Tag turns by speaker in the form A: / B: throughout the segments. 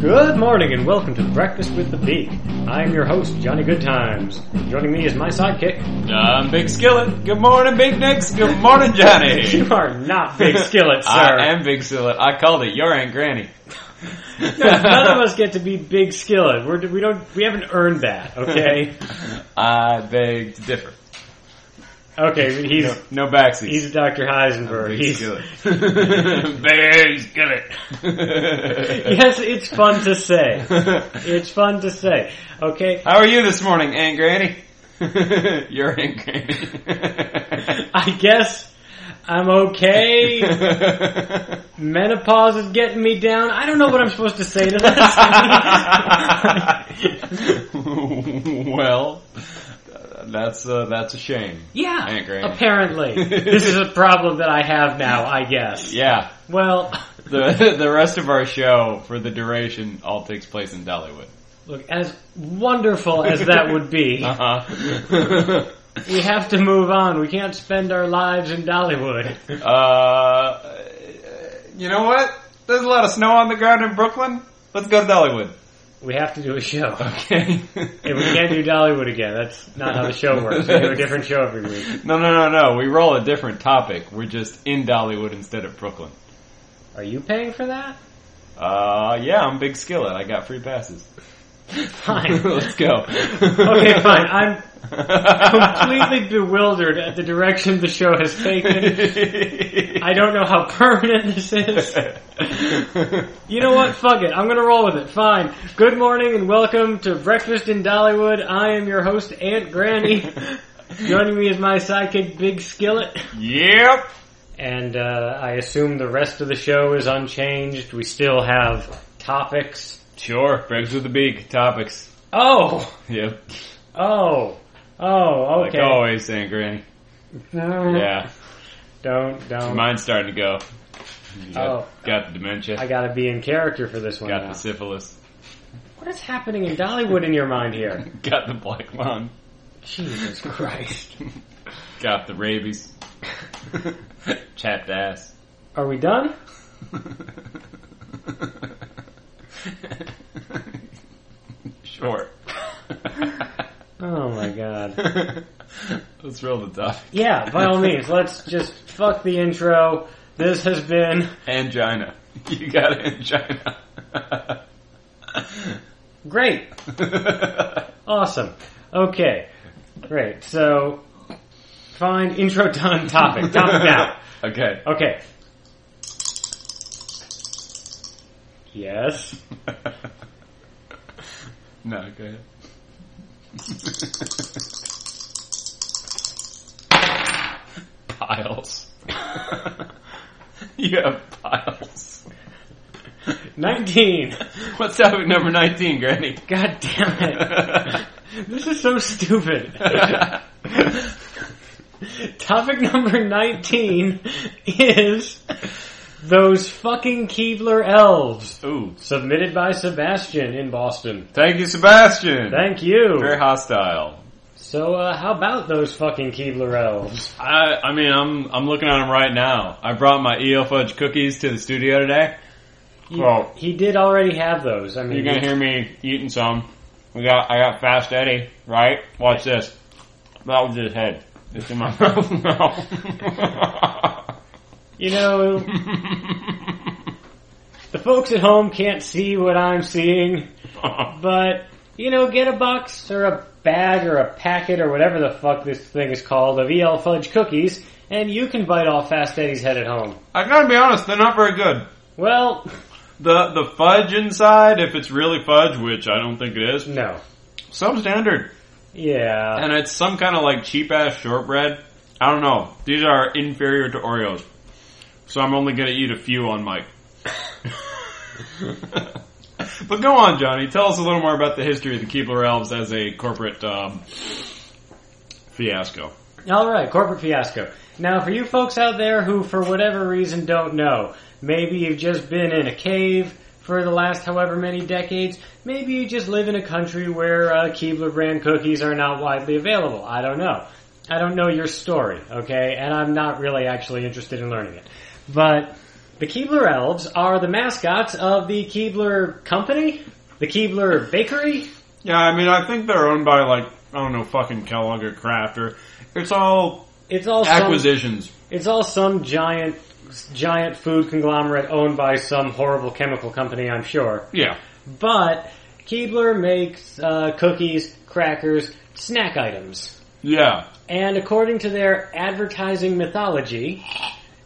A: Good morning and welcome to Breakfast with the Beak. I'm your host, Johnny Goodtimes. Joining me is my sidekick.
B: I'm Big Skillet. Good morning, Big Nicks. Good morning, Johnny.
A: You are not Big Skillet, sir.
B: I am Big Skillet. I called it your Aunt Granny.
A: None of us get to be Big Skillet. We're, we don't. We haven't earned that. Okay.
B: I beg to differ.
A: Okay. He's
B: No, no backsies.
A: he's Dr. Heisenberg.
B: Big
A: He's,
B: Skillet. Big Skillet.
A: yes, it's fun to say. It's fun to say. Okay.
B: How are you this morning, Aunt Granny? your Aunt Granny.
A: I guess I'm okay. Menopause is getting me down. I don't know what I'm supposed to say to this.
B: well, that's uh, that's a shame.
A: yeah.
B: Aunt Granny.
A: Apparently, this is a problem that I have now. I guess.
B: Yeah,
A: Well,
B: the the rest of our show for the duration all takes place in Dollywood.
A: look. As wonderful as that would be,
B: Uh huh.
A: we have to move on. We can't spend our lives in Dollywood.
B: uh, you know what? There's a lot of snow on the ground in Brooklyn. Let's go to Dollywood.
A: We have to do a show.
B: Okay.
A: If we can't do Dollywood again, that's not how the show works. We do a different show every week.
B: no, no, no, no. We roll a different topic. We're just in Dollywood instead of Brooklyn.
A: Are you paying for that?
B: Uh, yeah, I'm Big Skillet. I got free passes.
A: Fine.
B: Let's go.
A: Okay, fine. I'm completely bewildered at the direction the show has taken. I don't know how permanent this is. You know what? Fuck it. I'm gonna roll with it. Fine. Good morning and welcome to Breakfast in Dollywood. I am your host, Aunt Granny. Joining me is my sidekick, Big Skillet.
B: yep.
A: And uh, I assume the rest of the show is unchanged. We still have topics.
B: Sure. Breaks with the beak. Topics.
A: Oh!
B: Yep.
A: Oh! Oh,
B: Like
A: okay.
B: always, Aunt Granny.
A: No.
B: Yeah.
A: Don't, don't.
B: Mine's starting to go. You Got,
A: Oh.
B: got the dementia.
A: I gotta be in character for this one
B: got
A: now.
B: the syphilis.
A: What is happening in Dollywood in your mind here?
B: Got the black lung.
A: Jesus Christ.
B: Got the rabies. Chapped ass.
A: Are we done?
B: sure.
A: Oh my god.
B: Let's roll the topic.
A: Yeah, by all means, let's just fuck the intro. This has been
B: Angina. You got angina.
A: great. Awesome. Okay. Great. So, fine. Intro done. Topic. Topic now.
B: Okay.
A: Okay. Yes.
B: no, go ahead. piles. you have piles.
A: 19.
B: What's up with number 19, Granny?
A: God damn it. This is so stupid. Topic number 19 is those fucking Keebler elves.
B: Ooh.
A: Submitted by Sebastian in Boston.
B: Thank you, Sebastian.
A: Thank you.
B: Very hostile.
A: So, uh, how about those fucking Keebler elves?
B: I, I mean, I'm I'm looking at them right now. I brought my EO fudge cookies to the studio today.
A: He,
B: Well-
A: he did already have those. I mean,
B: You're gonna hear me eating some. We got I got Fast Eddie, right? Watch this. That was his head. It's in my mouth now.
A: you know, the folks at home can't see what I'm seeing, but, you know, get a box or a bag or a packet or whatever the fuck this thing is called of EL fudge cookies, and you can bite off Fast Eddie's head at home.
B: I gotta be honest, they're not very good.
A: Well,
B: The the fudge inside, if it's really fudge, which I don't think it is,
A: no.
B: substandard.
A: Yeah.
B: And it's some kind of like cheap ass shortbread. I don't know. These are inferior to Oreos. So I'm only gonna eat a few on Mike. but go on, Johnny. Tell us a little more about the history of the Keebler Elves as a corporate um, fiasco.
A: All right, corporate fiasco. Now, for you folks out there who, for whatever reason, don't know, maybe you've just been in a cave for the last however many decades. Maybe you just live in a country where uh, Keebler brand cookies are not widely available. I don't know. I don't know your story, okay? And I'm not really actually interested in learning it. But the The Keebler Elves are the mascots of the Keebler Company, the Keebler Bakery.
B: Yeah, I mean, I think they're owned by like I don't know, fucking Kellogg or Kraft or it's all
A: It's all some,
B: acquisitions.
A: it's all some giant giant food conglomerate owned by some horrible chemical company, I'm sure.
B: Yeah,
A: But Keebler makes uh, cookies, crackers, snack items.
B: yeah,
A: And according to their advertising mythology,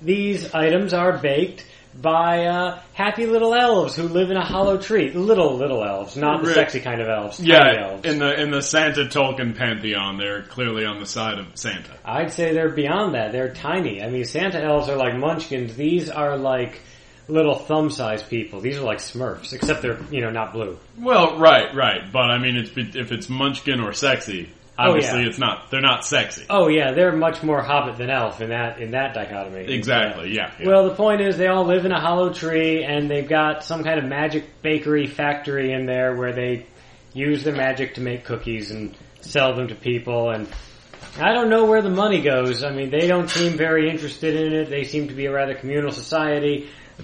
A: these items are baked by uh, happy little elves who live in a hollow tree. Little, little elves, not the
B: Right.
A: sexy kind of elves. tiny
B: yeah.
A: elves.
B: In the in the Santa Tolkien pantheon, they're clearly on the side of Santa.
A: I'd say they're beyond that. They're tiny. I mean, Santa elves are like munchkins. These are like little thumb-sized people. These are like Smurfs, except they're, you know, not blue.
B: Well, right, right, but I mean, it's if it's Munchkin or sexy,
A: Oh,
B: obviously
A: yeah.
B: it's not. They're not sexy.
A: Oh yeah, they're much more hobbit than elf in that in that dichotomy.
B: Exactly. Yeah. yeah.
A: Well, the point is, they all live in a hollow tree, and they've got some kind of magic bakery factory in there where they use their magic to make cookies and sell them to people. And I don't know where the money goes. I mean, they don't seem very interested in it. They seem to be a rather communal society,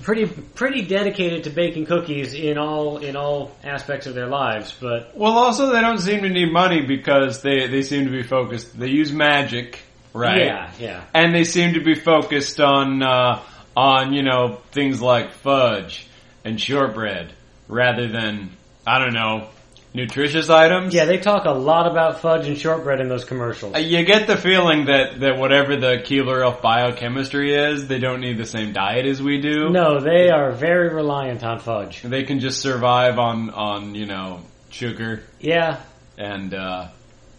A: pretty pretty dedicated to baking cookies in all in all aspects of their lives. But
B: Well, also they don't seem to need money because they they seem to be focused. They use magic, right?
A: yeah, yeah.
B: And they seem to be focused on uh, on you know things like fudge and shortbread rather than I don't know nutritious items.
A: Yeah, they talk a lot about fudge and shortbread in those commercials.
B: Uh, You get the feeling that, that whatever the Keebler elf biochemistry is, they don't need the same diet as we do.
A: No, they are very reliant on fudge.
B: They can just survive on, on you know, sugar
A: Yeah,
B: and uh,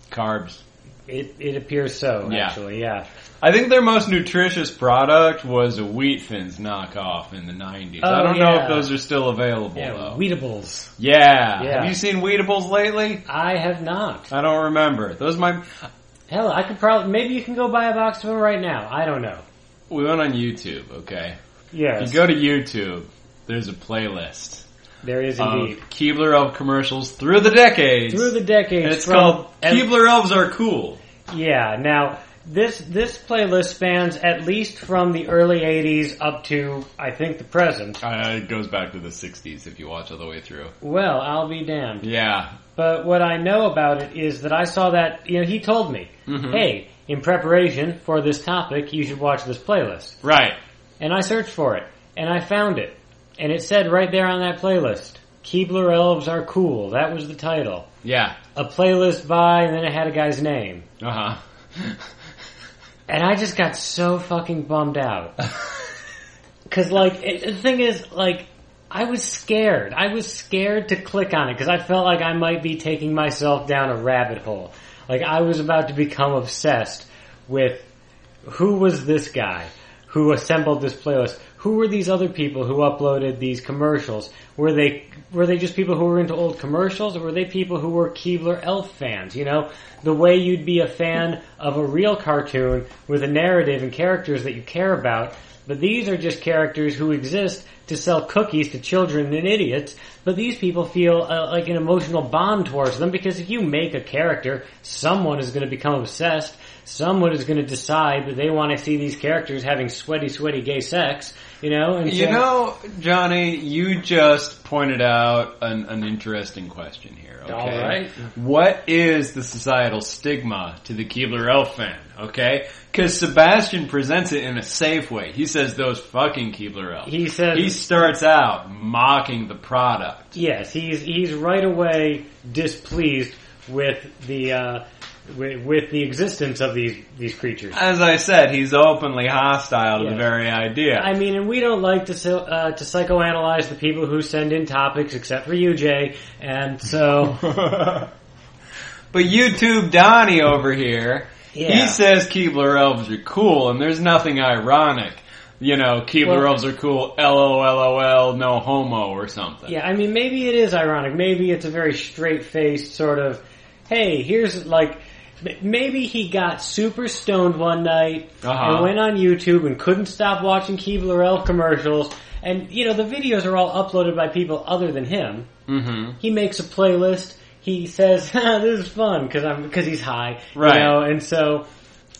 B: carbs.
A: It, it appears so,
B: Yeah.
A: actually, yeah.
B: I think their most nutritious product was a Wheat Thins knockoff in the 90s. I
A: Oh,
B: don't know
A: yeah.
B: if those are still available,
A: Yeah,
B: though.
A: Wheatables.
B: yeah.
A: Yeah.
B: Have you seen Wheatables lately?
A: I have not.
B: I don't remember. Those might.
A: Hell, I could probably, maybe you can go buy a box of them right now. I don't know.
B: We went on YouTube, okay?
A: Yes,
B: You go to YouTube, there's a playlist.
A: there is indeed.
B: of Keebler Elf commercials through the decades.
A: Through the decades.
B: and um, it's
A: from-
B: called
A: and-
B: Keebler Elves Are Cool.
A: Yeah, now, this, this playlist spans at least from the early 80s up to, I think, the present.
B: Uh, it goes back to the 60s if you watch all the way through.
A: Well, I'll be damned.
B: Yeah.
A: But what I know about it is that I saw that, you know, he told me,
B: Mm-hmm.
A: hey, in preparation for this topic, you should watch this playlist.
B: Right.
A: And I searched for it, and I found it. And it said right there on that playlist, Keebler Elves Are Cool. That was the title.
B: Yeah.
A: A playlist by, and then it had a guy's name.
B: Uh
A: And I just got so fucking bummed out.
B: huh.
A: Cause like, it, the thing is, like, I was scared. I was scared to click on it because I felt like I might be taking myself down a rabbit hole. Like I was about to become obsessed with who was this guy who assembled this playlist? Who were these other people who uploaded these commercials? Were they were they just people who were into old commercials, or were they people who were Keebler Elf fans? You know, the way you'd be a fan of a real cartoon with a narrative and characters that you care about. But these are just characters who exist to sell cookies to children and idiots. But these people feel uh, like an emotional bond towards them because if you make a character, someone is going to become obsessed. Someone is going to decide that they want to see these characters having sweaty, sweaty gay sex. You know, and
B: you
A: so-
B: know, Johnny, you just pointed out an, an interesting question here. Okay?
A: All right.
B: What is the societal stigma to the Keebler Elf fan? Okay? Because Sebastian presents it in a safe way. He says those fucking Keebler Elves.
A: he says
B: He starts out mocking the product.
A: Yes, he's he's right away displeased with the uh, with, with the existence of these these creatures.
B: As I said, he's openly hostile to the
A: Yes.
B: very idea.
A: I mean, and we don't like to so- uh, to psychoanalyze the people who send in topics, except for you, Jay. And so,
B: but YouTube Donnie over here,
A: Yeah.
B: he says Keebler elves are cool, and there's nothing ironic. You know, Keebler
A: Well-
B: elves are cool, LOLOL, no homo, or something.
A: yeah, I mean, maybe it is ironic. Maybe it's a very straight faced sort of, hey, here's like. m- Maybe he got super stoned one night
B: Uh-huh.
A: and went on YouTube and couldn't stop watching Keebler Elf commercials. And, you know, the videos are all uploaded by people other than him.
B: hmm
A: he makes a playlist. He says, "Ha, "This is fun because I'm because he's high,
B: Right.
A: You know, and so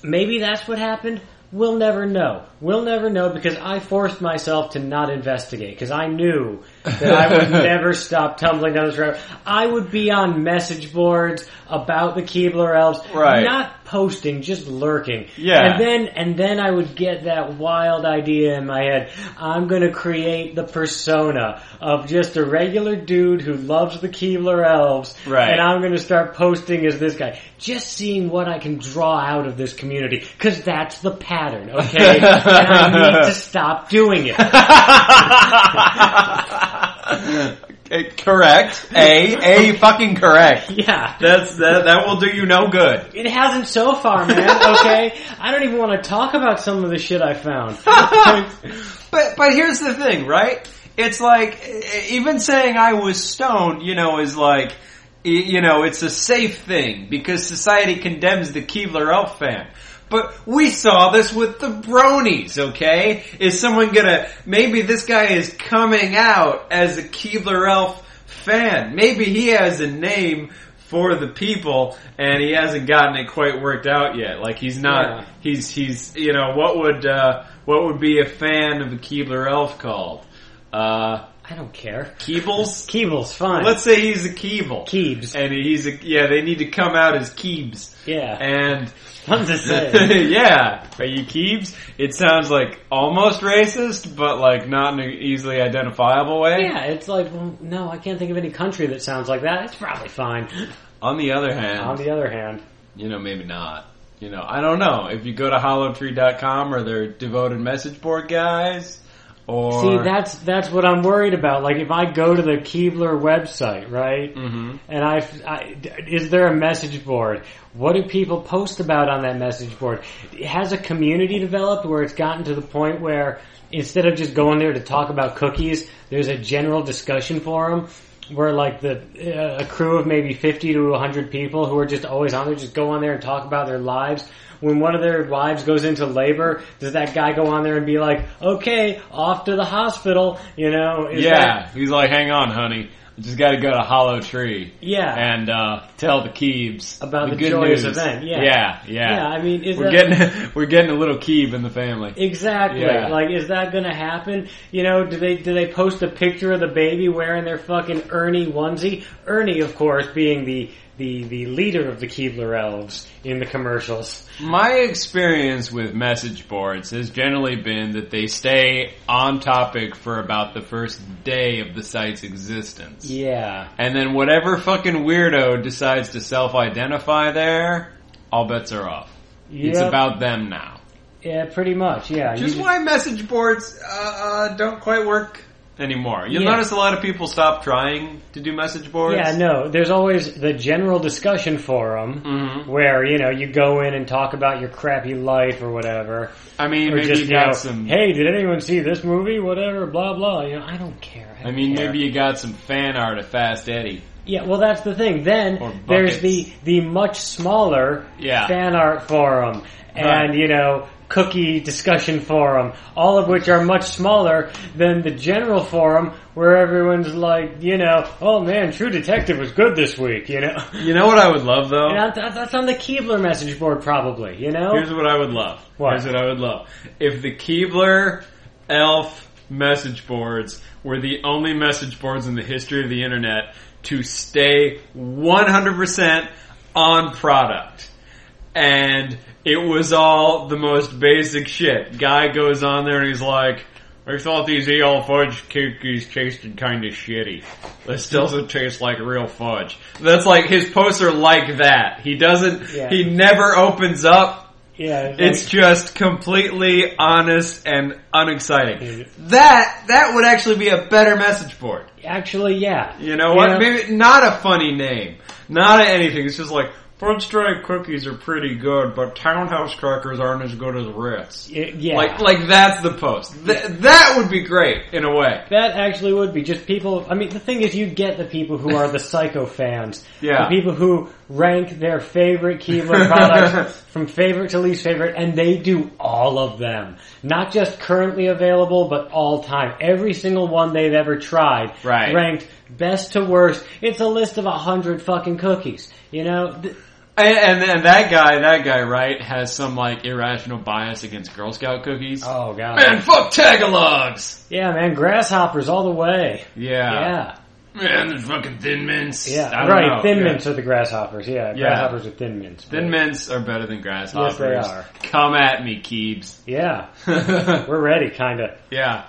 A: maybe that's what happened. We'll never know. We'll never know because I forced myself to not investigate because I knew that I would never stop tumbling down this rabbit. I would be on message boards about the Keebler elves,
B: Right.
A: not posting, just lurking.
B: Yeah.
A: And then and then I would get that wild idea in my head. I'm gonna create the persona of just a regular dude who loves the Keebler elves.
B: Right.
A: And I'm gonna start posting as this guy. Just seeing what I can draw out of this community. Cause that's the pattern, okay? and I need to stop doing it.
B: Eh, correct. A. A fucking correct.
A: Yeah.
B: That's that, that will do you no good.
A: It hasn't so far, man, okay? I don't even want to talk about some of the shit I found.
B: but but here's the thing, right? It's like e- even saying I was stoned, you know, is like y- you know, it's a safe thing because society condemns the Keebler elf fan. But we saw this with the bronies, okay? Is someone gonna, maybe this guy is coming out as a Keebler elf fan. Maybe he has a name for the people and he hasn't gotten it quite worked out yet. Like he's not,
A: Yeah.
B: He's he's you know what would uh, what would be a fan of a Keebler elf called? Uh,
A: I don't care.
B: Keebles.
A: Keeble's fine.
B: Let's say he's a Keeble,
A: Keebs.
B: and he's a yeah. They need to come out as Keebs,
A: Yeah.
B: and
A: Fun to say.
B: yeah, are you Keebs? It sounds like almost racist, but like not in an easily identifiable way.
A: Yeah, it's like, well, no, I can't think of any country that sounds like that. It's probably fine.
B: On the other hand,
A: On the other hand,
B: you know, maybe not. You know, I don't know. If you go to hollowtree.com or their devoted message board guys, or
A: see, that's that's what I'm worried about. Like, if I go to the Keebler website, right,
B: Mhm.
A: and I, I- is there a message board? What do people post about on that message board? It has a community developed where it's gotten to the point where instead of just going there to talk about cookies, there's a general discussion forum. Where like the uh, a crew of maybe fifty to hundred people who are just always on there, just go on there and talk about their lives. When one of their wives goes into labor, does that guy go on there and be like, "Okay, off to the hospital"? You know? Is
B: yeah,
A: that-
B: he's like, hang on, honey. I just got to go to Hollow Tree
A: yeah.
B: and uh, tell the Keebs
A: About the
B: good
A: joyous
B: news.
A: event, yeah.
B: yeah, yeah.
A: Yeah, I mean, uh, is
B: we're
A: that
B: getting we're getting a little Keeb in the family.
A: exactly
B: Yeah.
A: like is that going to happen? You know, do they do they post a picture of the baby wearing their fucking Ernie onesie? Ernie, of course, being the the the leader of the Keebler elves in the commercials.
B: My experience with message boards has generally been that they stay on topic for about the first day of the site's existence.
A: Yeah,
B: And then whatever fucking weirdo decides to self-identify there, all bets are off. It's
A: Yep.
B: about them now.
A: yeah, pretty much. Yeah, You
B: Just
A: just-
B: why message boards uh, uh, don't quite work anymore. You'll
A: Yeah.
B: notice a lot of people stop trying to do message boards.
A: Yeah, no. There's always the general discussion forum
B: Mhm.
A: where you know you go in and talk about your crappy life or whatever.
B: I mean,
A: Or
B: maybe
A: just
B: you
A: you
B: got
A: know,
B: some.
A: hey, did anyone see this movie? Whatever, blah blah. You know, I don't care.
B: I mean,
A: don't care.
B: maybe you got some fan art of Fast Eddie.
A: Yeah, well, that's the thing.
B: Or
A: Then there's the
B: buckets.
A: the much smaller
B: Yeah.
A: fan art forum and
B: Right.
A: you know cookie discussion forum, all of which are much smaller than the general forum where everyone's like, you know, oh man, True Detective was good this week, you know.
B: You know what I would love though?
A: And that- that's on the Keebler message board, probably. You know,
B: Here's what I would love.
A: What?
B: Here's what I would love. If the Keebler Elf message boards were the only message boards in the history of the internet to stay 100% on product. And it was all the most basic shit. Guy goes on there and he's like, I thought these EL fudge cookies tasted kinda shitty. This doesn't taste like real fudge. That's like, his posts are like that. He doesn't,
A: Yeah.
B: he never opens up.
A: yeah, like-
B: It's just completely honest and unexciting.
A: Mhm.
B: That that would actually be a better message board.
A: actually yeah.
B: You know what?
A: Yeah.
B: Maybe not a funny name, not a anything. It's just like French dry cookies are pretty good, but Townhouse crackers aren't as good as Ritz.
A: Y- yeah.
B: Like like that's the post. Th- that would be great in a way.
A: That actually would be just people. I mean, the thing is, you get the people who are the psycho fans.
B: Yeah.
A: The people who rank their favorite Keebler products from favorite to least favorite, and they do all of them. Not just currently available, but all time. Every single one they've ever tried.
B: Right.
A: Ranked best to worst. It's a list of a hundred fucking cookies. You know? Th-
B: And, and then that guy, that guy, right, has some like irrational bias against Girl Scout cookies.
A: Oh god.
B: Man, fuck Tagalogs.
A: Yeah, man, grasshoppers all the way.
B: Yeah.
A: yeah.
B: Man, the fucking Thin Mints.
A: Yeah,
B: I don't
A: right.
B: know.
A: Thin
B: Yeah.
A: mints are the grasshoppers. Yeah,
B: Yeah.
A: grasshoppers are thin mints.
B: Thin Mints are better than grasshoppers.
A: are.
B: Come at me, Keebs.
A: Yeah, we're ready, kind of.
B: yeah.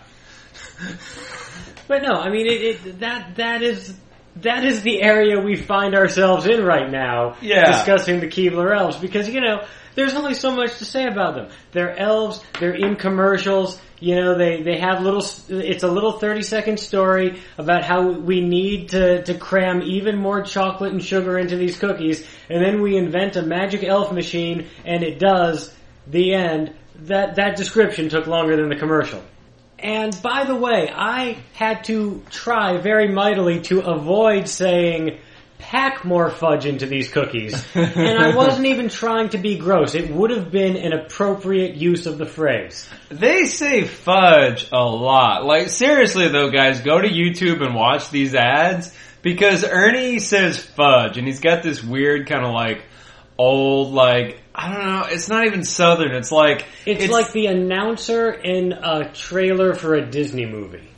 A: But no, I mean, it, it, that that is that is the area we find ourselves in right now.
B: Yeah.
A: discussing the Keebler elves because you know there's only so much to say about them. They're elves. They're in commercials. You know, they they have little. s- It's a little thirty second story about how we need to to cram even more chocolate and sugar into these cookies, and then we invent a magic elf machine, and it does. The end. That that description took longer than the commercial. And by the way, I had to try very mightily to avoid saying pack more fudge into these cookies. and I wasn't even trying to be gross. It would have been an appropriate use of the phrase.
B: They say fudge a lot. Like seriously though, guys, go to YouTube and watch these ads because Ernie says fudge and he's got this weird kind of like old like I don't know, it's not even southern. It's like
A: It's, like the announcer in a trailer for a Disney movie.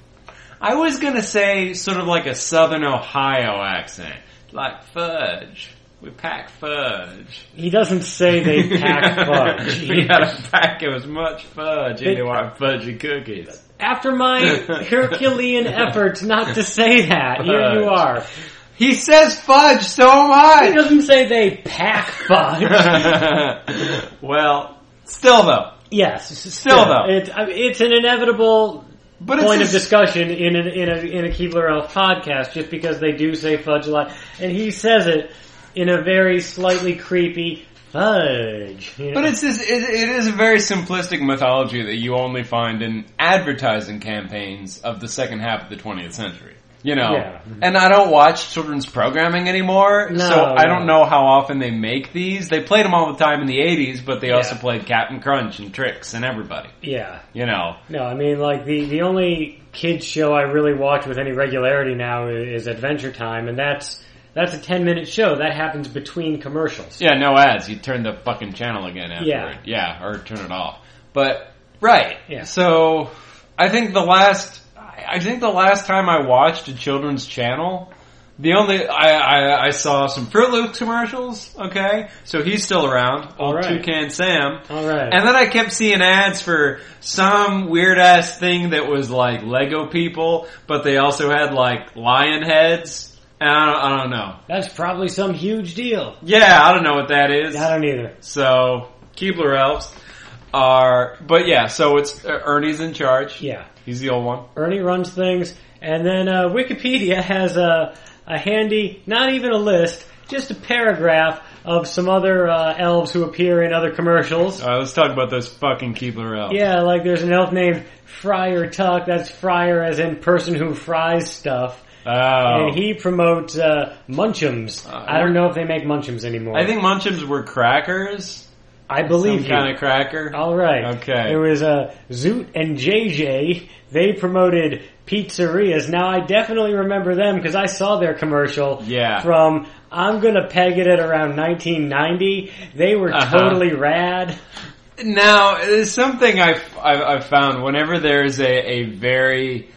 B: I was going to say sort of like a southern Ohio accent. Like fudge. We pack fudge.
A: He doesn't say they pack fudge.
B: we gotta pack as much fudge
A: They-
B: into our fudgy cookies.
A: After my Herculean efforts not to say that, here you are.
B: He says fudge so
A: He
B: much!
A: doesn't say they pack fudge.
B: well, still though.
A: Yes, s-
B: Still, though.
A: it's I mean, it's an inevitable
B: But
A: point
B: it's
A: of discussion in an, in a in a Keebler Elf podcast, just because they do say fudge a lot, and he says it in a very slightly creepy fudge. you know?
B: but it's this, it, it is a very simplistic mythology that you only find in advertising campaigns of the second half of the 20th century. You know,
A: Yeah.
B: and I don't watch children's programming anymore,
A: No,
B: so I don't
A: no.
B: know how often they make these. They played them all the time in the 80s, but they also
A: Yeah.
B: played Captain Crunch and Tricks and everybody.
A: yeah.
B: You know,
A: No, I mean like the the only kids show I really watch with any regularity now i- is Adventure Time, and that's that's a ten minute show that happens between commercials.
B: Yeah, no ads. You turn the fucking channel again afterward. Yeah, or turn it off. But right.
A: Yeah.
B: So I think the last I I think the last time I watched a children's channel, the only I, I, I saw some Fruit Loop commercials. Okay, so he's still around.
A: All
B: Old
A: right.
B: Toucan Sam.
A: All right.
B: And then I kept seeing ads for some weird ass thing that was like Lego people, but they also had like lion heads. And I don't, I don't know.
A: that's probably some huge deal.
B: Yeah, I don't know what that is.
A: I don't either.
B: So Keebler elves are, but yeah. So it's uh, Ernie's in charge.
A: Yeah.
B: He's the old one.
A: Ernie runs things, and then uh, Wikipedia has a, a handy, not even a list, just a paragraph of some other uh, elves who appear in other commercials.
B: All right, let's talk about those fucking Keebler elves.
A: Yeah, like there's an elf named Friar Tuck. That's Friar as in person who fries stuff.
B: Oh.
A: And he promotes uh, Munchums.
B: Uh,
A: I don't know if they make Munchums anymore.
B: I think Munchums were crackers.
A: I believe you. Oh,
B: kind of cracker.
A: All right.
B: Okay.
A: There was uh, Zoot and JJ. They promoted pizzerias. Now I definitely remember them because I saw their commercial.
B: Yeah.
A: From I'm gonna peg it at around 1990. They were
B: Uh-huh.
A: totally rad.
B: Now, there's something I've, I've, I've found whenever there's a, a very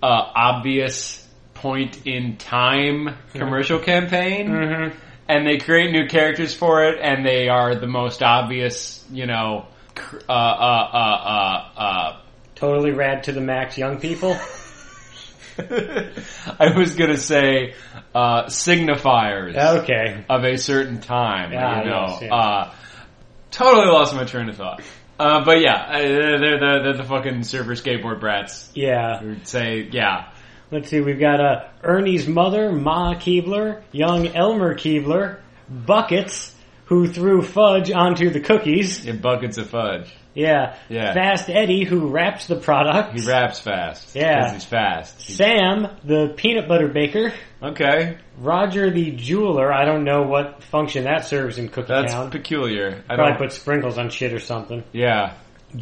B: uh, obvious point in time commercial campaign,
A: Mm-hmm.
B: and they create new characters for it, and they are the most obvious, you know, cr- uh, uh, uh, uh, uh,
A: Totally rad to the max, young people.
B: I was gonna say uh, signifiers
A: Okay.
B: of a certain time.
A: Ah,
B: you know,
A: yes, yes.
B: Uh, totally lost my train of thought. Uh, but yeah, uh, they're, they're, the- they're the fucking surfer skateboard brats
A: Yeah.
B: who say, yeah,
A: Let's see. We've got uh, Ernie's mother, Ma Keebler, young Elmer Keebler, buckets who threw fudge onto the cookies.
B: in buckets of fudge.
A: Yeah.
B: Yeah.
A: Fast Eddie, who wraps the product.
B: He raps fast.
A: Yeah.
B: 'cause he's fast.
A: Sam, the peanut butter baker.
B: Okay,
A: Roger, the jeweler. I don't know what function that serves in Cookie
B: that's
A: Town.
B: peculiar. I
A: Probably
B: don't.
A: put sprinkles on shit or something.
B: yeah.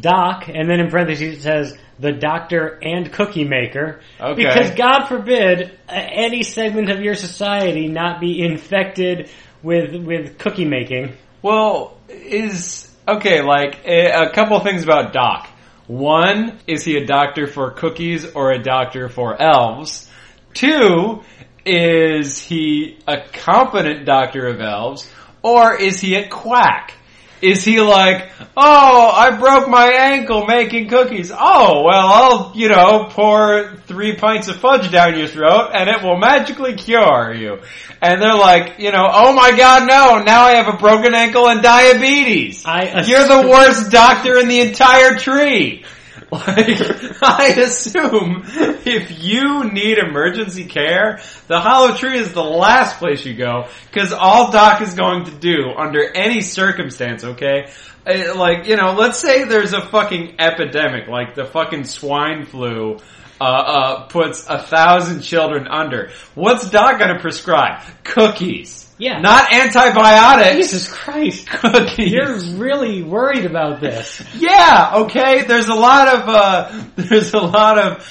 A: Doc, and then in parentheses it says the doctor and cookie maker.
B: Okay.
A: Because God forbid uh, any segment of your society not be infected with with cookie making.
B: Well, is okay. Like a, a couple things about Doc. One is he a doctor for cookies or a doctor for elves? Two is he a competent doctor of elves or is he a quack? Is he like, oh, I broke my ankle making cookies. Oh, well, I'll, you know, pour three pints of fudge down your throat and it will magically cure you. And they're like, you know, oh my god, no, now I have a broken ankle and diabetes.
A: I
B: You're
A: assume-
B: the worst doctor in the entire tree. Like, I assume if you need emergency care, the hollow tree is the last place you go, because all Doc is going to do under any circumstance, okay? Eh, Like, you know, let's say there's a fucking epidemic, like the fucking swine flu, uh, uh, puts a thousand children under. What's Doc gonna prescribe? Cookies.
A: Yeah.
B: Not antibiotics.
A: Jesus Christ.
B: Cookies.
A: You're really worried about this.
B: Yeah, okay. There's a lot of uh, there's a lot of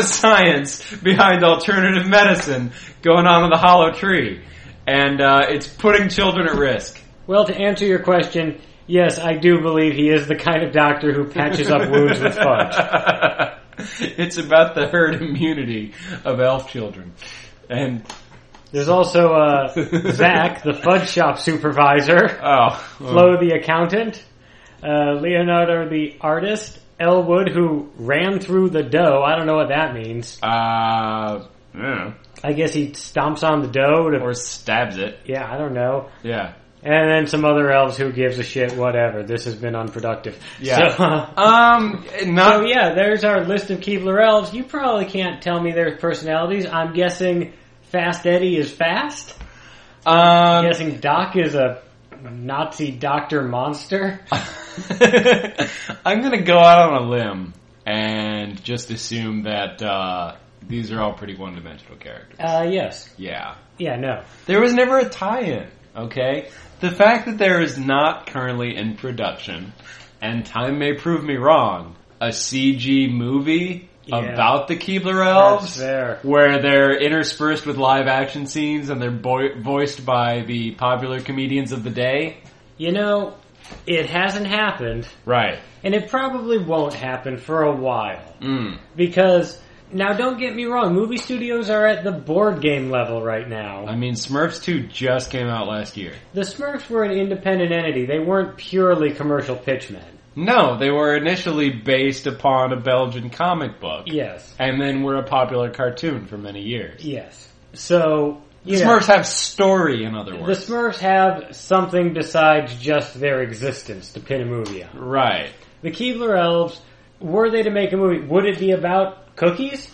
B: pseudoscience behind alternative medicine going on in the hollow tree, and uh, it's putting children at risk.
A: Well, to answer your question, yes, I do believe he is the kind of doctor who patches up wounds with fudge.
B: it's about the herd immunity of elf children, and
A: There's also uh, Zach, the fudge shop supervisor,
B: oh,
A: Flo, the accountant, uh, Leonardo, the artist, Elwood, who ran through the dough. I don't know what that means.
B: uh, yeah,
A: I guess he stomps on the dough to.
B: or stabs it.
A: yeah, I don't know.
B: Yeah.
A: And then some other elves who gives a shit, whatever. This has been unproductive.
B: Yeah.
A: So, uh,
B: Um. Not.
A: So yeah, there's our list of Keebler elves. You probably can't tell me their personalities. I'm guessing Fast Eddie is fast.
B: Um.
A: I'm guessing Doc is a Nazi doctor monster.
B: I'm gonna go out on a limb and just assume that uh, these are all pretty one-dimensional characters.
A: Uh, yes.
B: Yeah,
A: Yeah, no.
B: there was never a tie-in. Okay, the fact that there is not currently in production, and time may prove me wrong, a CG movie
A: Yeah.
B: about the
A: That's
B: Keebler elves.
A: there.
B: Where they're interspersed with live action scenes and they're boi- voiced by the popular comedians of the day.
A: You know, it hasn't happened,
B: Right.
A: and it probably won't happen for a while.
B: Mm.
A: Because, now don't get me wrong, movie studios are at the board game level right now.
B: I mean, Smurfs 2 just came out last year.
A: The Smurfs were an independent entity, they weren't purely commercial pitchmen.
B: No, they were initially based upon a Belgian comic book,
A: Yes.
B: and then were a popular cartoon for many years.
A: Yes. So you know,
B: Smurfs have story, in other
A: the
B: words.
A: Smurfs have something besides just their existence to pin a movie on.
B: right.
A: The Keebler Elves, were they to make a movie, would it be about cookies?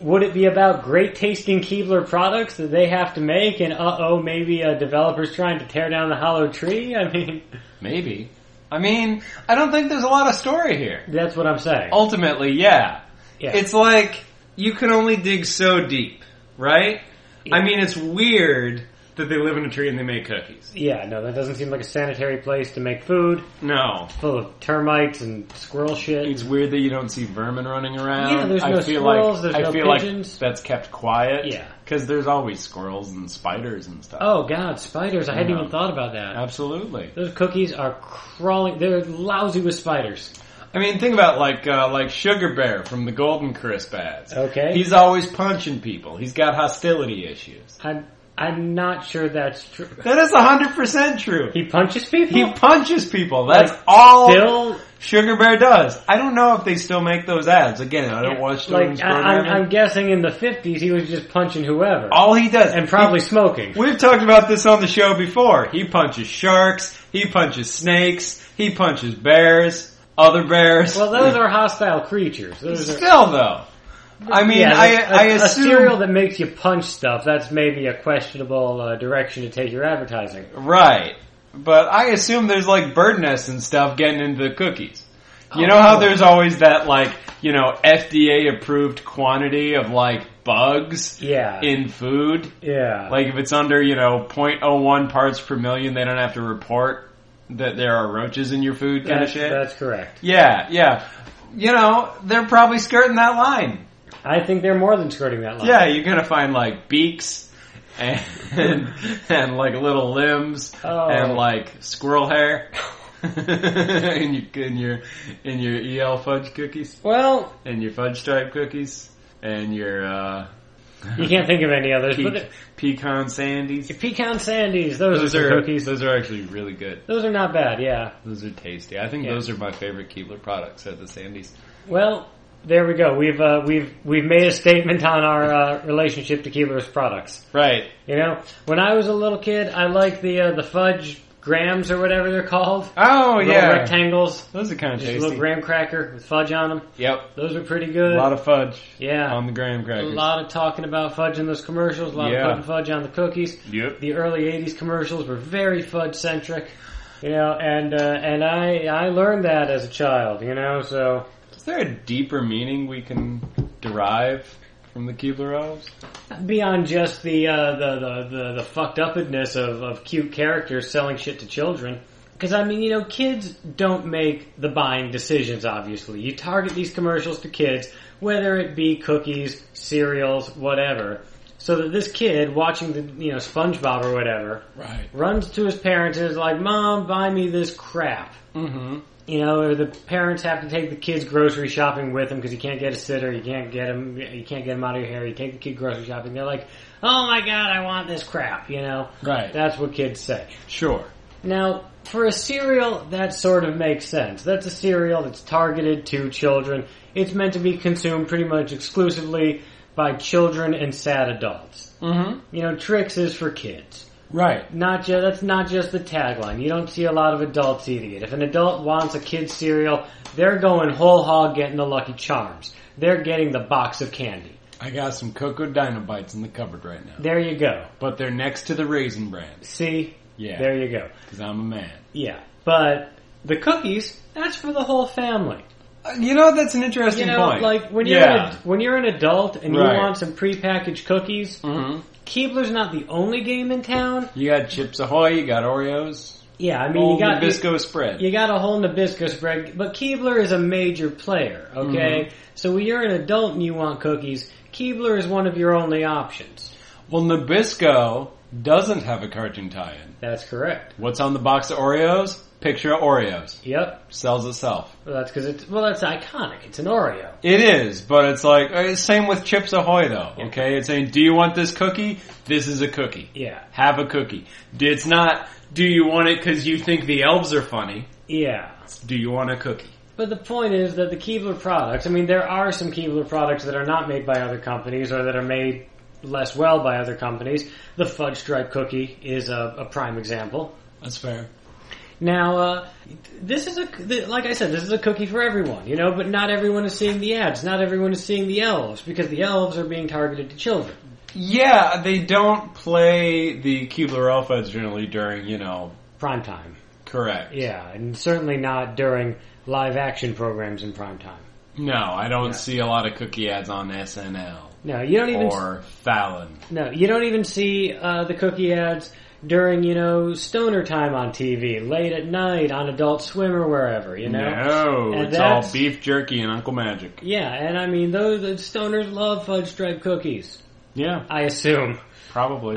A: Would it be about great tasting Keebler products that they have to make and uh oh, maybe a developer's trying to tear down the hollow tree? I mean,
B: Maybe. I mean, I don't think there's a lot of story here.
A: that's what I'm saying.
B: Ultimately, yeah.
A: Yeah.
B: Oh, It's like you can only dig so deep, right?
A: Yeah.
B: I mean, it's weird that they live in a tree and they make cookies.
A: yeah, no, that doesn't seem like a sanitary place to make food
B: No.
A: full of termites and squirrel shit.
B: It's weird that you don't see vermin running around.
A: Yeah, there's
B: I
A: no
B: feel
A: squirrels,
B: like,
A: there's
B: I
A: no
B: feel
A: pigeons.
B: like that's kept quiet.
A: Yeah.
B: because there's always squirrels and spiders and stuff.
A: Oh god, spiders! I hadn't
B: Yeah.
A: even thought about that.
B: absolutely.
A: Those cookies are crawling. They're lousy with spiders.
B: I mean, think about like uh, like Sugar Bear from the Golden Crisp ads.
A: Okay.
B: he's always punching people. He's got hostility issues.
A: I'm I'm not sure that's true.
B: That is hundred percent true. He,
A: He punches people.
B: punches people. That's
A: Like,
B: all
A: Still,
B: Sugar Bear does. I don't know if they still make those ads. Again, I don't watch children's
A: like I, I'm,
B: programming.
A: I'm guessing in the fifties he was just punching whoever
B: all he does
A: and probably
B: He,
A: smoking.
B: We've talked about this on the show before. He punches sharks, he punches snakes, he punches bears, other bears.
A: Well, those are hostile creatures. Those are.
B: Still though. I mean,
A: Yeah,
B: I
A: a-
B: I
A: a
B: assume
A: cereal that makes you punch stuff—that's maybe a questionable uh, direction to take your advertising.
B: right. But I assume there's like bird nests and stuff getting into the cookies. You know
A: Oh.
B: how there's always that like, you know, FDA approved quantity of like bugs
A: Yeah,
B: in food?
A: yeah.
B: oh Like if it's under, you know, 0.01 parts per million, they don't have to report that there are roaches in your food kind
A: That's,
B: of shit.
A: that's correct.
B: Yeah, yeah. You know, they're probably skirting that line.
A: I think they're more than skirting that line.
B: Yeah, you're gonna find like beaks and and like little limbs
A: Oh.
B: and like squirrel hair in your in your in your EL fudge cookies
A: Well,
B: and your fudge stripe cookies and your uh,
A: you can't think of any others. But
B: pe- pecan sandies.
A: the- pecan sandies, those,
B: Those
A: are the
B: are
A: cookies.
B: those are actually really good.
A: Those are not bad. Yeah.
B: Those are tasty. I think
A: Yeah.
B: those are my favorite Keebler products at the Sandies.
A: Well, there we go. We've uh, we've we've made a statement on our uh, relationship to Keebler's products.
B: Right.
A: You know, when I was a little kid, I liked the uh, the fudge grams or whatever they're called.
B: Oh
A: little
B: yeah.
A: rectangles,
B: those are kind of
A: just a
B: tasty.
A: little graham cracker with fudge on them.
B: yep.
A: Those are pretty good.
B: A lot of fudge
A: yeah,
B: on the graham
A: a
B: crackers.
A: lot of talking about fudge in those commercials. A lot
B: Yeah.
A: of putting fudge on the cookies.
B: Yep.
A: The early '80s commercials were very fudge centric. You know, and uh, and I I learned that as a child. You know, so
B: Is there a deeper meaning we can derive from the Keebler elves?
A: beyond just the uh, the, the the the fucked upness of of cute characters selling shit to children. Because I mean, you know, kids don't make the buying decisions. Obviously, you target these commercials to kids, whether it be cookies, cereals, whatever, so that this kid watching the you know SpongeBob or whatever
B: Right.
A: runs to his parents and is like, "Mom, buy me this crap."
B: Mm-hmm.
A: you know, or the parents have to take the kids grocery shopping with them because you can't get a sitter, you can't get them, you can't get them out of your hair. You take the kid grocery shopping. They're like, "Oh my god, I want this crap," you know.
B: Right.
A: That's what kids say.
B: sure.
A: Now, for a cereal, that sort of makes sense. That's a cereal that's targeted to children. It's meant to be consumed pretty much exclusively by children and sad adults.
B: Mm-hmm.
A: You know, Trix is for kids
B: Right.
A: not just that's not just the tagline. You don't see a lot of adults eating it. If an adult wants a kid's cereal, they're going whole hog getting the Lucky Charms. They're getting the box of candy.
B: I got some Cocoa Dynabites in the cupboard right now,
A: There you go.
B: but they're next to the Raisin Brand.
A: See?
B: Yeah.
A: There you go.
B: Because I'm a man.
A: Yeah. But the cookies, that's for the whole family.
B: Uh, You know that's an interesting
A: You know,
B: point.
A: like when you're an,
B: yeah.
A: when you're an adult and
B: Right.
A: you want some prepackaged cookies,
B: mm-hmm.
A: Keebler's not the only game in town.
B: You got Chips Ahoy. You got Oreos.
A: Yeah, I mean
B: old
A: you got
B: Nabisco spread.
A: You got a whole Nabisco spread, but Keebler is a major player, okay? So when you're an adult and you want cookies, Keebler is one of your only options.
B: Well, Nabisco doesn't have a cartoon tie-in.
A: That's correct.
B: What's on the box of Oreos? Picture of Oreos.
A: Yep.
B: Sells itself.
A: Well, that's because it's, well, that's iconic. It's an Oreo.
B: It is, but it's like uh, same with Chips Ahoy though. Okay, it's saying, do you want this cookie? This is a cookie.
A: Yeah.
B: Have a cookie. It's not. Do you want it because you think the elves are funny?
A: Yeah.
B: It's, do you want a cookie?
A: But the point is that the Keebler products, I mean, there are some Keebler products that are not made by other companies or that are made less well by other companies. The Fudge Stripe cookie is a, a prime example.
B: That's fair.
A: Now, uh, this is a th- like I said, this is a cookie for everyone, you know. But not everyone is seeing the ads. Not everyone is seeing the elves because the elves are being targeted to children.
B: Yeah, they don't play the Keebler Elf ads generally during you know
A: Prime time,
B: correct.
A: yeah, and certainly not during live action programs in prime time.
B: No, I don't see a lot of cookie ads on SNL
A: No, you don't even
B: or Fallon.
A: no, you don't even see uh, the cookie ads during you know stoner time on TV, late at night on Adult Swim or wherever, you know.
B: No,
A: And
B: it's all
A: that's-
B: beef jerky and Uncle Magic.
A: Yeah, and I mean those the stoners love fudge stripe cookies.
B: Yeah,
A: I assume.
B: probably.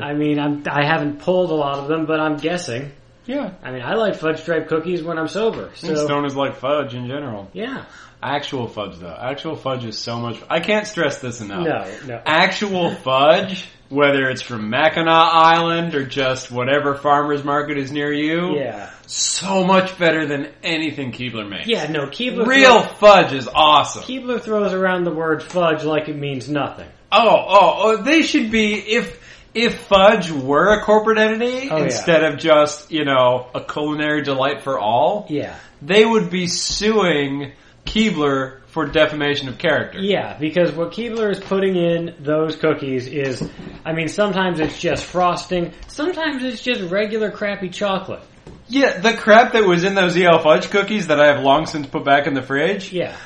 A: I mean, I'm, I haven't pulled a lot of them, but I'm guessing.
B: yeah,
A: I mean, I like fudge stripe cookies when I'm sober. So
B: Stone is like fudge in general.
A: yeah,
B: Actual fudge, though. Actual fudge is so much. I can't stress this enough.
A: no, no,
B: Actual fudge, whether it's from Mackinac Island or just whatever farmer's market is near you,
A: yeah,
B: so much better than anything Keebler makes.
A: yeah, no. Keebler
B: Real
A: throw-
B: fudge is awesome.
A: Keebler throws around the word fudge like it means nothing.
B: Oh, oh, oh, they should be if if fudge were a corporate entity
A: Oh, yeah.
B: instead of just, you know, a culinary delight for all,
A: Yeah,
B: they would be suing Keebler for defamation of character.
A: yeah, because what Keebler is putting in those cookies is, I mean, sometimes it's just frosting, sometimes it's just regular crappy chocolate.
B: Yeah, the crap that was in those EL fudge cookies that I have long since put back in the fridge,
A: Yeah,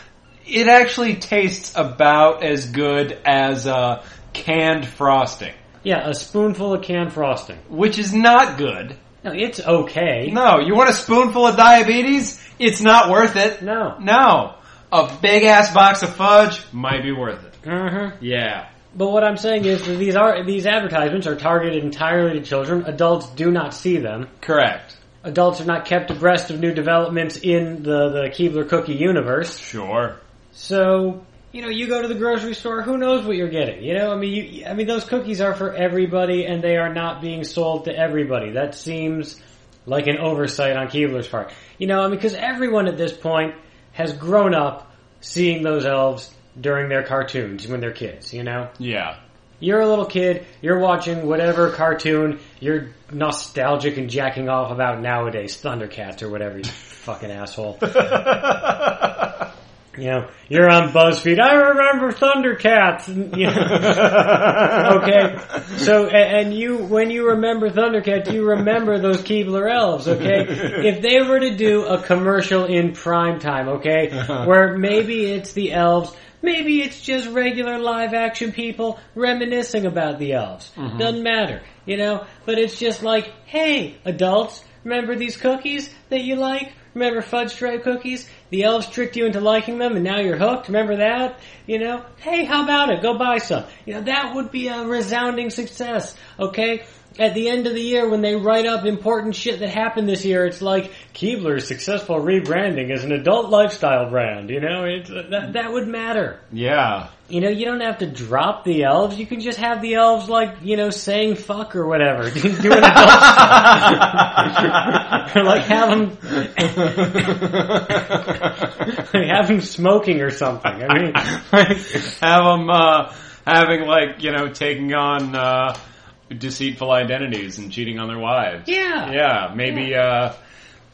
B: it actually tastes about as good as uh, canned frosting,
A: yeah, a spoonful of canned frosting.
B: which is not good.
A: No, it's okay.
B: No, you want a spoonful of diabetes? It's not worth it.
A: No.
B: No. A big ass box of fudge might be worth it.
A: Mhm.
B: Yeah.
A: But what I'm saying is that these are these advertisements are targeted entirely to children. Adults do not see them.
B: Correct.
A: Adults are not kept abreast of new developments in the the Keebler cookie universe.
B: Sure.
A: So you know, you go to the grocery store. Who knows what you're getting? You know, I mean, you, I mean, those cookies are for everybody, and they are not being sold to everybody. That seems like an oversight on Keebler's part. You know, I mean, because everyone at this point has grown up seeing those elves during their cartoons when they're kids. You know.
B: Yeah.
A: You're a little kid, you're watching whatever cartoon you're nostalgic and jacking off about nowadays, Thundercats or whatever, you fucking asshole. You know, you're on BuzzFeed, I remember Thundercats! and, you know, okay, so, a- and you, when you remember Thundercats, you remember those Keebler elves, okay? If they were to do a commercial in prime time, okay, where maybe it's the elves, Maybe it's just regular live action people reminiscing about the elves. Doesn't matter, you know? But it's just like, hey, adults, remember these cookies that you like? Remember fudge stripe cookies? The elves tricked you into liking them and now you're hooked. Remember that? You know? Hey, how about it? Go buy some. You know, that would be a resounding success, okay? At the end of the year, when they write up important shit that happened this year, it's like Keebler's successful rebranding as an adult lifestyle brand. You know, it's, uh, that that would matter.
B: Yeah.
A: You know, you don't have to drop the elves. You can just have the elves like you know saying fuck or whatever. Do an adult or like have them have them smoking or something. I mean,
B: have them uh, having like you know taking on uh, deceitful identities and cheating on their wives.
A: yeah,
B: Yeah, maybe Uh,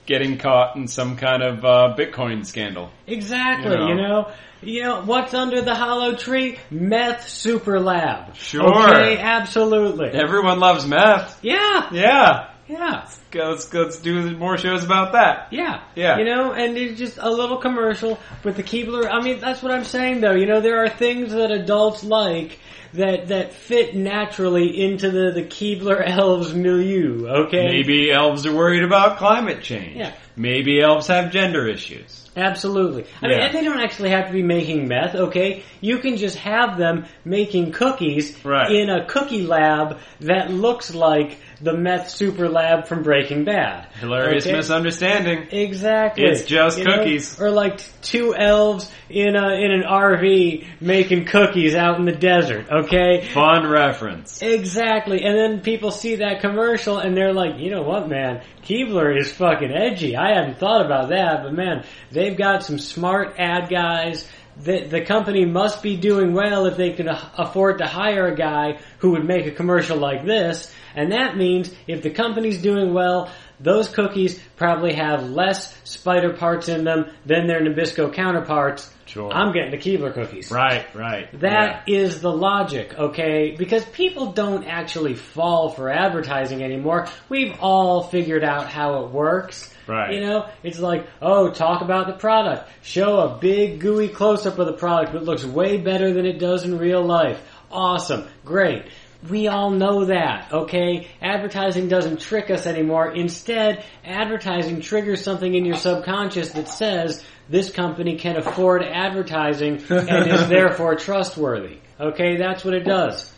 B: getting caught in some kind of uh, Bitcoin scandal.
A: exactly.
B: You know.
A: You know, you know what's under the hollow tree? Meth super lab.
B: Sure.
A: Okay, absolutely.
B: Everyone loves meth.
A: Yeah,
B: Yeah,
A: yeah.
B: let's let's do more shows about that.
A: Yeah.
B: Yeah.
A: You know, and it's just a little commercial with the Keebler. I mean, that's what I'm saying though. You know, there are things that adults like that that fit naturally into the the Keebler elves milieu, okay?
B: Maybe elves are worried about climate change.
A: Yeah.
B: Maybe elves have gender issues.
A: Absolutely. I mean,
B: Yeah.
A: and they don't actually have to be making meth, okay? You can just have them making cookies
B: Right.
A: in a cookie lab that looks like the meth super lab from Breaking Bad.
B: Hilarious
A: okay?
B: misunderstanding.
A: Exactly.
B: It's just
A: You know?
B: cookies.
A: Or like two elves in a in an RV making cookies out in the desert, okay?
B: Fun reference.
A: Exactly. And then people see that commercial and they're like, "You know what, man? Keebler is fucking edgy. I hadn't thought about that, but man, they've got some smart ad guys." The, the company must be doing well if they can a- afford to hire a guy who would make a commercial like this. And that means if the company's doing well, those cookies probably have less spider parts in them than their Nabisco counterparts.
B: Sure.
A: I'm getting the Keebler cookies.
B: Right, right.
A: That is the logic, okay? Because people don't actually fall for advertising anymore. We've all figured out how it works.
B: Right.
A: You know, it's like, oh, talk about the product. Show a big gooey close up of the product that looks way better than it does in real life. Awesome. Great. We all know that, okay? Advertising doesn't trick us anymore. Instead, advertising triggers something in your subconscious that says, this company can afford advertising and is therefore trustworthy. Okay, that's what it does.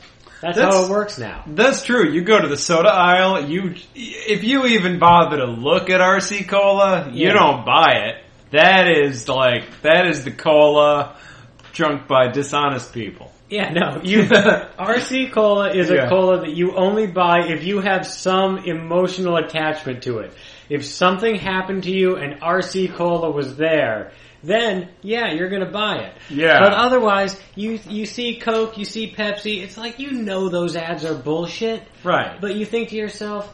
A: That's, how
B: That's-
A: it works now.
B: That's true. You go to the soda aisle. You, if you even bother to look at RC Cola, you
A: Yeah.
B: don't buy it. That is like that is the cola drunk by dishonest people.
A: Yeah, no. You RC cola is
B: Yeah.
A: a cola that you only buy if you have some emotional attachment to it. If something happened to you and RC cola was there, then yeah, you're gonna buy it.
B: Yeah.
A: But otherwise, you you see Coke, you see Pepsi. It's like you know those ads are bullshit.
B: Right.
A: But you think to yourself,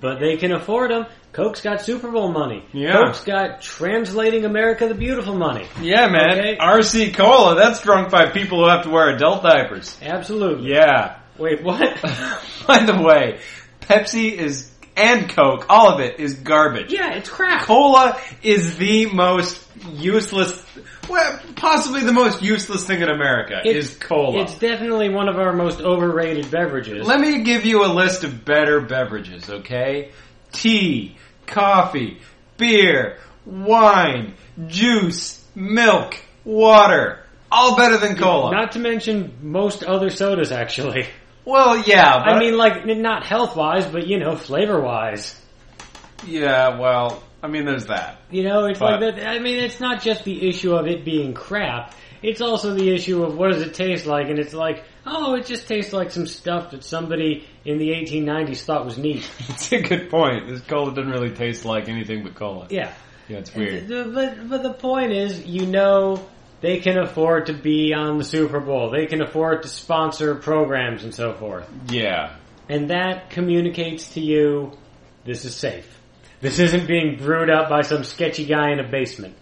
A: but they can afford them. Coke's got Super Bowl money.
B: Yeah.
A: Coke's got translating America the Beautiful money.
B: yeah, man.
A: Okay.
B: RC Cola. That's drunk by people who have to wear adult diapers.
A: Absolutely.
B: Yeah.
A: Wait, what?
B: by the way, Pepsi is and Coke. All of it is garbage.
A: yeah, it's crap.
B: Cola is the most useless, well, possibly the most useless thing in America
A: It's-
B: is cola.
A: It's definitely one of our most overrated beverages.
B: Let me give you a list of better beverages, okay? tea, coffee, beer, wine, juice, milk, water. All better than cola.
A: Not to mention most other sodas, actually.
B: well, yeah, but
A: I mean, like, n- not health wise, but, you know, flavor wise.
B: yeah, well, I mean, there's that.
A: You know, it's
B: But-
A: like that. I mean, it's not just the issue of it being crap. It's also the issue of what does it taste like, and it's like, oh, it just tastes like some stuff that somebody in the 1890s thought was neat.
B: It's a good point. This cola doesn't really taste like anything but cola.
A: Yeah.
B: Yeah, it's
A: Th- th- But, but the point is, you know, they can afford to be on the Super Bowl. They can afford to sponsor programs and so forth.
B: Yeah.
A: And that communicates to you, this is safe. This isn't being brewed up by some sketchy guy in a basement.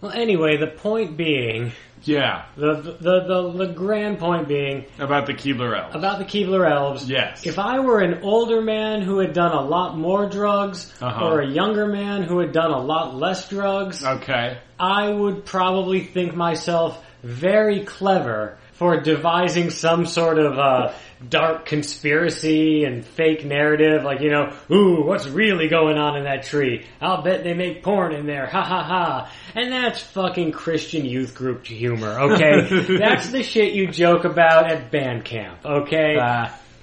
A: Well, anyway, the point being,
B: yeah.
A: the, the, the, the grand point being,
B: About the Keebler elf.
A: about the Keebler Elves,
B: Yes.
A: if I were an older man who had done a lot more drugs,
B: Uh-huh.
A: or a younger man who had done a lot less drugs,
B: okay.
A: I would probably think myself very clever for devising some sort of uh, dark conspiracy and fake narrative, like you know, ooh, what's really going on in that tree? I'll bet they make porn in there, ha ha ha. And that's fucking Christian youth group humor, okay? that's the shit you joke about at band camp, okay?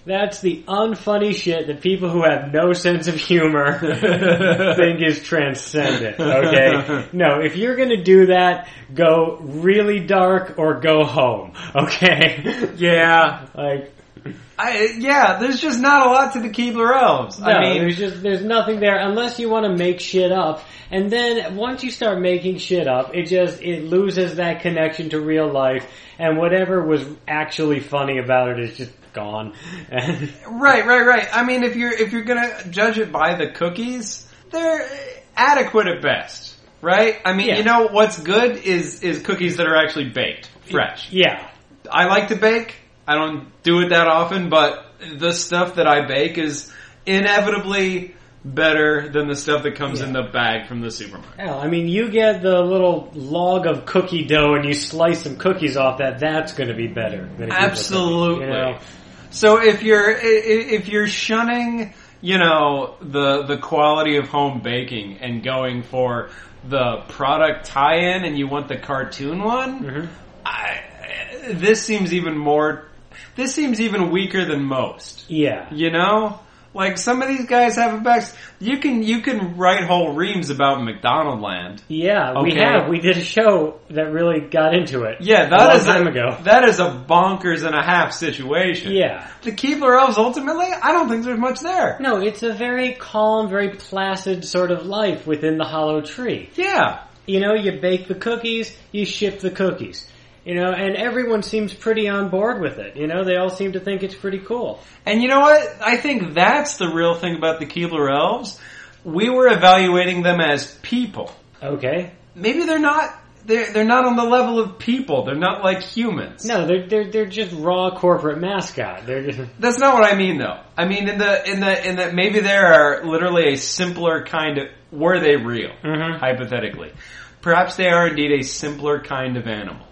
A: that's the unfunny shit that people who have no sense of humor think is transcendent, okay? No, if you're gonna do that, go really dark or go home, okay?
B: yeah.
A: like,
B: I, yeah, there's just not a lot to the Keebler elves.
A: no,
B: I mean,
A: there's just, there's nothing there unless you wanna make shit up. And then, once you start making shit up, it just, it loses that connection to real life, and whatever was actually funny about it is just gone. And,
B: right, right, right. I mean, if you're if you're gonna judge it by the cookies, they're adequate at best, right? I mean,
A: Yeah.
B: you know what's good is is cookies that are actually baked, fresh.
A: yeah.
B: I like to bake. I don't do it that often, but the stuff that I bake is inevitably better than the stuff that comes
A: Yeah.
B: in the bag from the supermarket.
A: Hell, I mean, you get the little log of cookie dough and you slice some cookies off that. That's going to be better. Than if you put cookies,
B: Absolutely.
A: you know?
B: So if you're i- i- if you're shunning, you know, the the quality of home baking and going for the product tie-in and you want the cartoon one,
A: Mm-hmm.
B: I, this seems even more this seems even weaker than most.
A: Yeah.
B: You know, like some of these guys have a back. You can you can write whole reams about McDonald Land.
A: Yeah, we
B: Okay.
A: have. We did a show that really got into it.
B: Yeah,
A: a
B: that
A: long
B: is
A: time
B: a,
A: ago.
B: That is a bonkers and a half situation.
A: Yeah.
B: the Keebler elves. Ultimately, I don't think there's much there.
A: No, it's a very calm, very placid sort of life within the hollow tree.
B: Yeah,
A: You know, you bake the cookies, you ship the cookies. You know, and everyone seems pretty on board with it. You know, they all seem to think it's pretty cool.
B: and you know what? I think that's the real thing about the Keebler elves. We were evaluating them as people.
A: Okay.
B: Maybe they're not. They're they're not on the level of people. They're not like humans.
A: No, they're they're they're just raw corporate mascot. They're just
B: That's not what I mean, though. I mean in the in the in that maybe there are literally a simpler kind of were they real
A: Mhm.
B: hypothetically. Perhaps they are indeed a simpler kind of animal.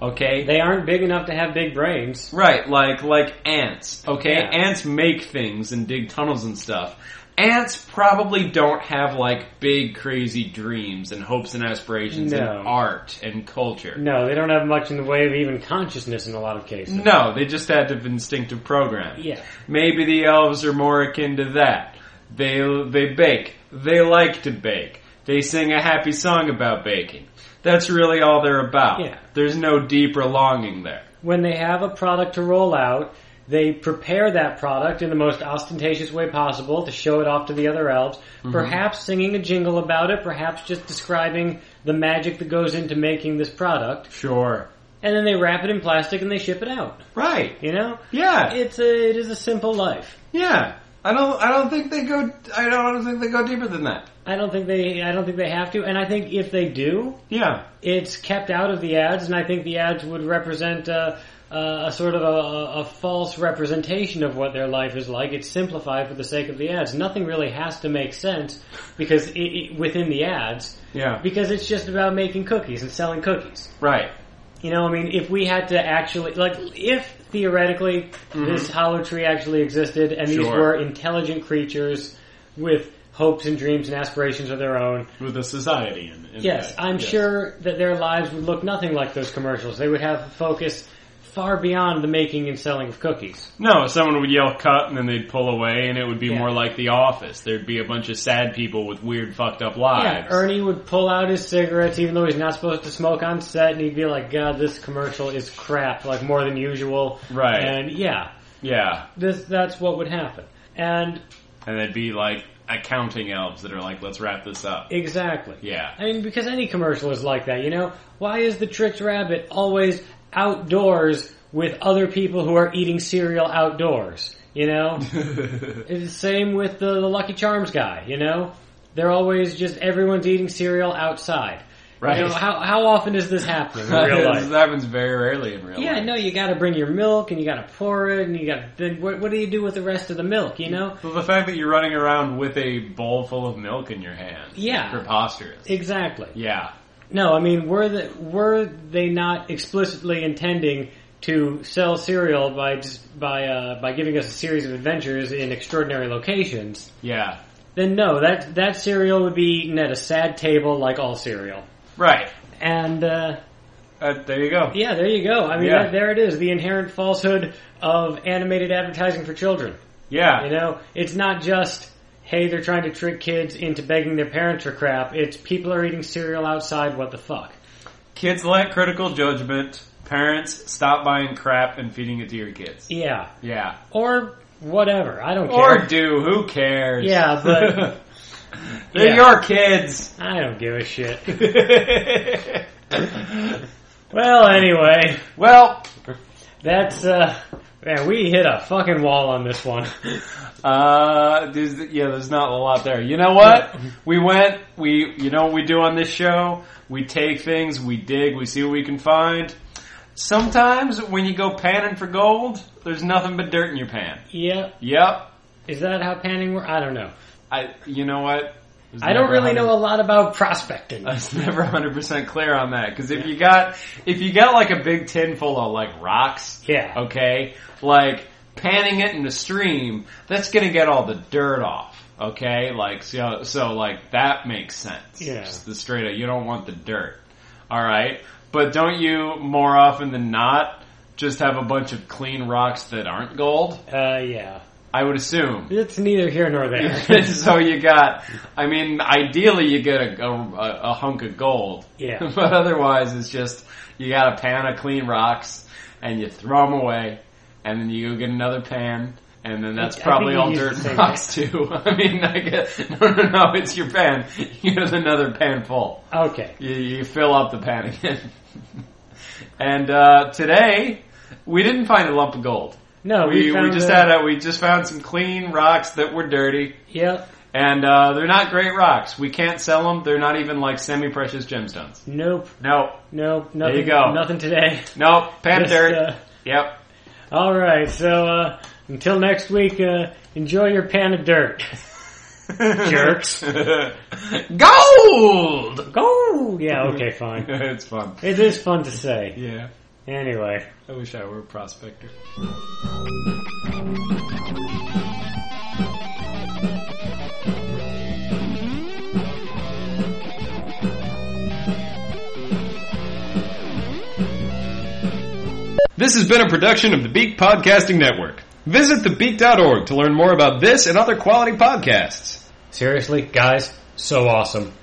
B: Okay,
A: They aren't big enough to have big brains.
B: right? Like like ants. Okay,
A: Yeah.
B: ants make things and dig tunnels and stuff. Ants probably don't have like big crazy dreams and hopes and aspirations
A: No.
B: and art and culture.
A: No, they don't have much in the way of even consciousness in a lot of cases.
B: No, they just had to have instinctive programming.
A: Yeah.
B: Maybe the elves are more akin to that. They they bake. They like to bake. They sing a happy song about baking. That's really all they're about.
A: Yeah.
B: There's no deeper longing there.
A: When they have a product to roll out, they prepare that product in the most ostentatious way possible to show it off to the other elves, perhaps singing a jingle about it, perhaps just describing the magic that goes into making this product,
B: Sure.
A: and then they wrap it in plastic and they ship it out.
B: Right.
A: You know?
B: Yeah.
A: It's a, it is a simple life.
B: yeah. I don't I don't think they go I don't think they go deeper than that.
A: I don't think they I don't think they have to, and I think if they do,
B: Yeah.
A: it's kept out of the ads, and I think the ads would represent a, a sort of a, a false representation of what their life is like. It's simplified for the sake of the ads. Nothing really has to make sense because it, it, within the ads,
B: Yeah.
A: because it's just about making cookies and selling cookies.
B: Right.
A: You know, I mean, if we had to actually, like, if theoretically this hollow tree actually existed and these
B: Sure.
A: were intelligent creatures with hopes and dreams and aspirations of their own.
B: with a society in, in
A: Yes,
B: effect.
A: I'm
B: Yes.
A: sure that their lives would look nothing like those commercials. They would have a focus far beyond the making and selling of cookies.
B: No, someone would yell cut and then they'd pull away and it would be
A: Yeah.
B: more like The Office. There'd be a bunch of sad people with weird fucked up lives.
A: Yeah, Ernie would pull out his cigarettes even though he's not supposed to smoke on set and he'd be like, God, this commercial is crap, like more than usual.
B: Right.
A: And yeah,
B: yeah.
A: this, that's what would happen. And
B: And they'd be like accounting elves that are like, let's wrap this up.
A: exactly.
B: Yeah.
A: I mean, because any commercial is like that, you know? Why is the Trix Rabbit always outdoors with other people who are eating cereal outdoors? You know? it's the same with the, the Lucky Charms guy, you know? They're always just everyone's eating cereal outside.
B: Right.
A: You know, how, how often is this happening in real
C: this
A: life?
C: happens very rarely in real
A: Yeah,
C: life.
A: no, you gotta bring your milk and you gotta pour it and you gotta, then what, what do you do with the rest of the milk, you know?
B: Well, the fact that you're running around with a bowl full of milk in your hand.
A: Yeah.
B: Preposterous.
A: Exactly.
B: Yeah.
A: No, I mean, were the, were they not explicitly intending to sell cereal by just, by uh, by giving us a series of adventures in extraordinary locations?
B: Yeah.
A: Then no, that that cereal would be eaten at a sad table like all cereal.
B: Right.
A: And uh,
B: Uh, there you go.
A: yeah, there you go. I mean,
B: Yeah.
A: that, there it is, the inherent falsehood of animated advertising for children.
B: Yeah.
A: You know, it's not just hey, they're trying to trick kids into begging their parents for crap. It's people are eating cereal outside. What the fuck?
B: Kids lack critical judgment. Parents, stop buying crap and feeding it to your kids.
A: Yeah.
B: Yeah.
A: or whatever. I don't
B: Or
A: care.
B: do. Who cares?
A: Yeah, but-
B: They're
A: Yeah.
B: your kids.
A: I don't give a shit. Well, anyway,
B: well,
A: that's uh, man, we hit a fucking wall on this one.
B: uh, there's, yeah, there's not a lot there. You know what? We went, we, you know what we do on this show? We take things, we dig, we see what we can find. Sometimes when you go panning for gold, there's nothing but dirt in your pan.
A: yeah,
B: Yep.
A: is that how panning works? I don't know.
B: I, you know what? There's
A: I don't
B: never
A: really
B: 100%
A: know a lot about prospecting.
B: I was never 100% clear on that because if you got if you got like a big tin full of like rocks,
A: Yeah.
B: okay, like panning it in the stream, that's gonna get all the dirt off, okay? Like so, so like that makes sense.
A: Yeah.
B: Just the straight up, you don't want the dirt, all right? But don't you more often than not just have a bunch of clean rocks that aren't gold?
A: Uh, yeah,
B: I would assume.
A: it's neither here nor there.
B: so you got, I mean, ideally you get a, a, a hunk of gold.
A: Yeah.
B: but otherwise it's just, you got a pan of clean rocks and you throw them away and then you go get another pan and then that's
A: I think
B: probably
A: you
B: all
A: used the
B: dirt
A: same
B: and rocks too. I mean, I guess, no, no, no, it's your pan. You get another pan full.
A: okay,
B: You, you fill up the pan again. and, uh, today, we didn't find a lump of gold.
A: no,
B: We, we
A: found
B: just
A: a-
B: had a, we just found some clean rocks that were dirty.
A: Yep,
B: And uh, they're not great rocks. We can't sell them. They're not even like semi-precious gemstones.
A: nope,
B: Nope.
A: nope, nothing.
B: you go.
A: Nothing today.
B: Nope. Pan
A: Just,
B: dirt.
A: uh,
B: Yep.
A: all right, so uh, until next week, uh, enjoy your pan of dirt, jerks.
B: Gold!
A: Go. Yeah. Okay. Fine.
B: it's fun.
A: It is fun to say.
B: Yeah.
A: Anyway.
B: I wish I were a prospector. This has been a production of the Beak Podcasting Network. Visit thebeak.org to learn more about this and other quality podcasts.
A: Seriously, guys, so awesome.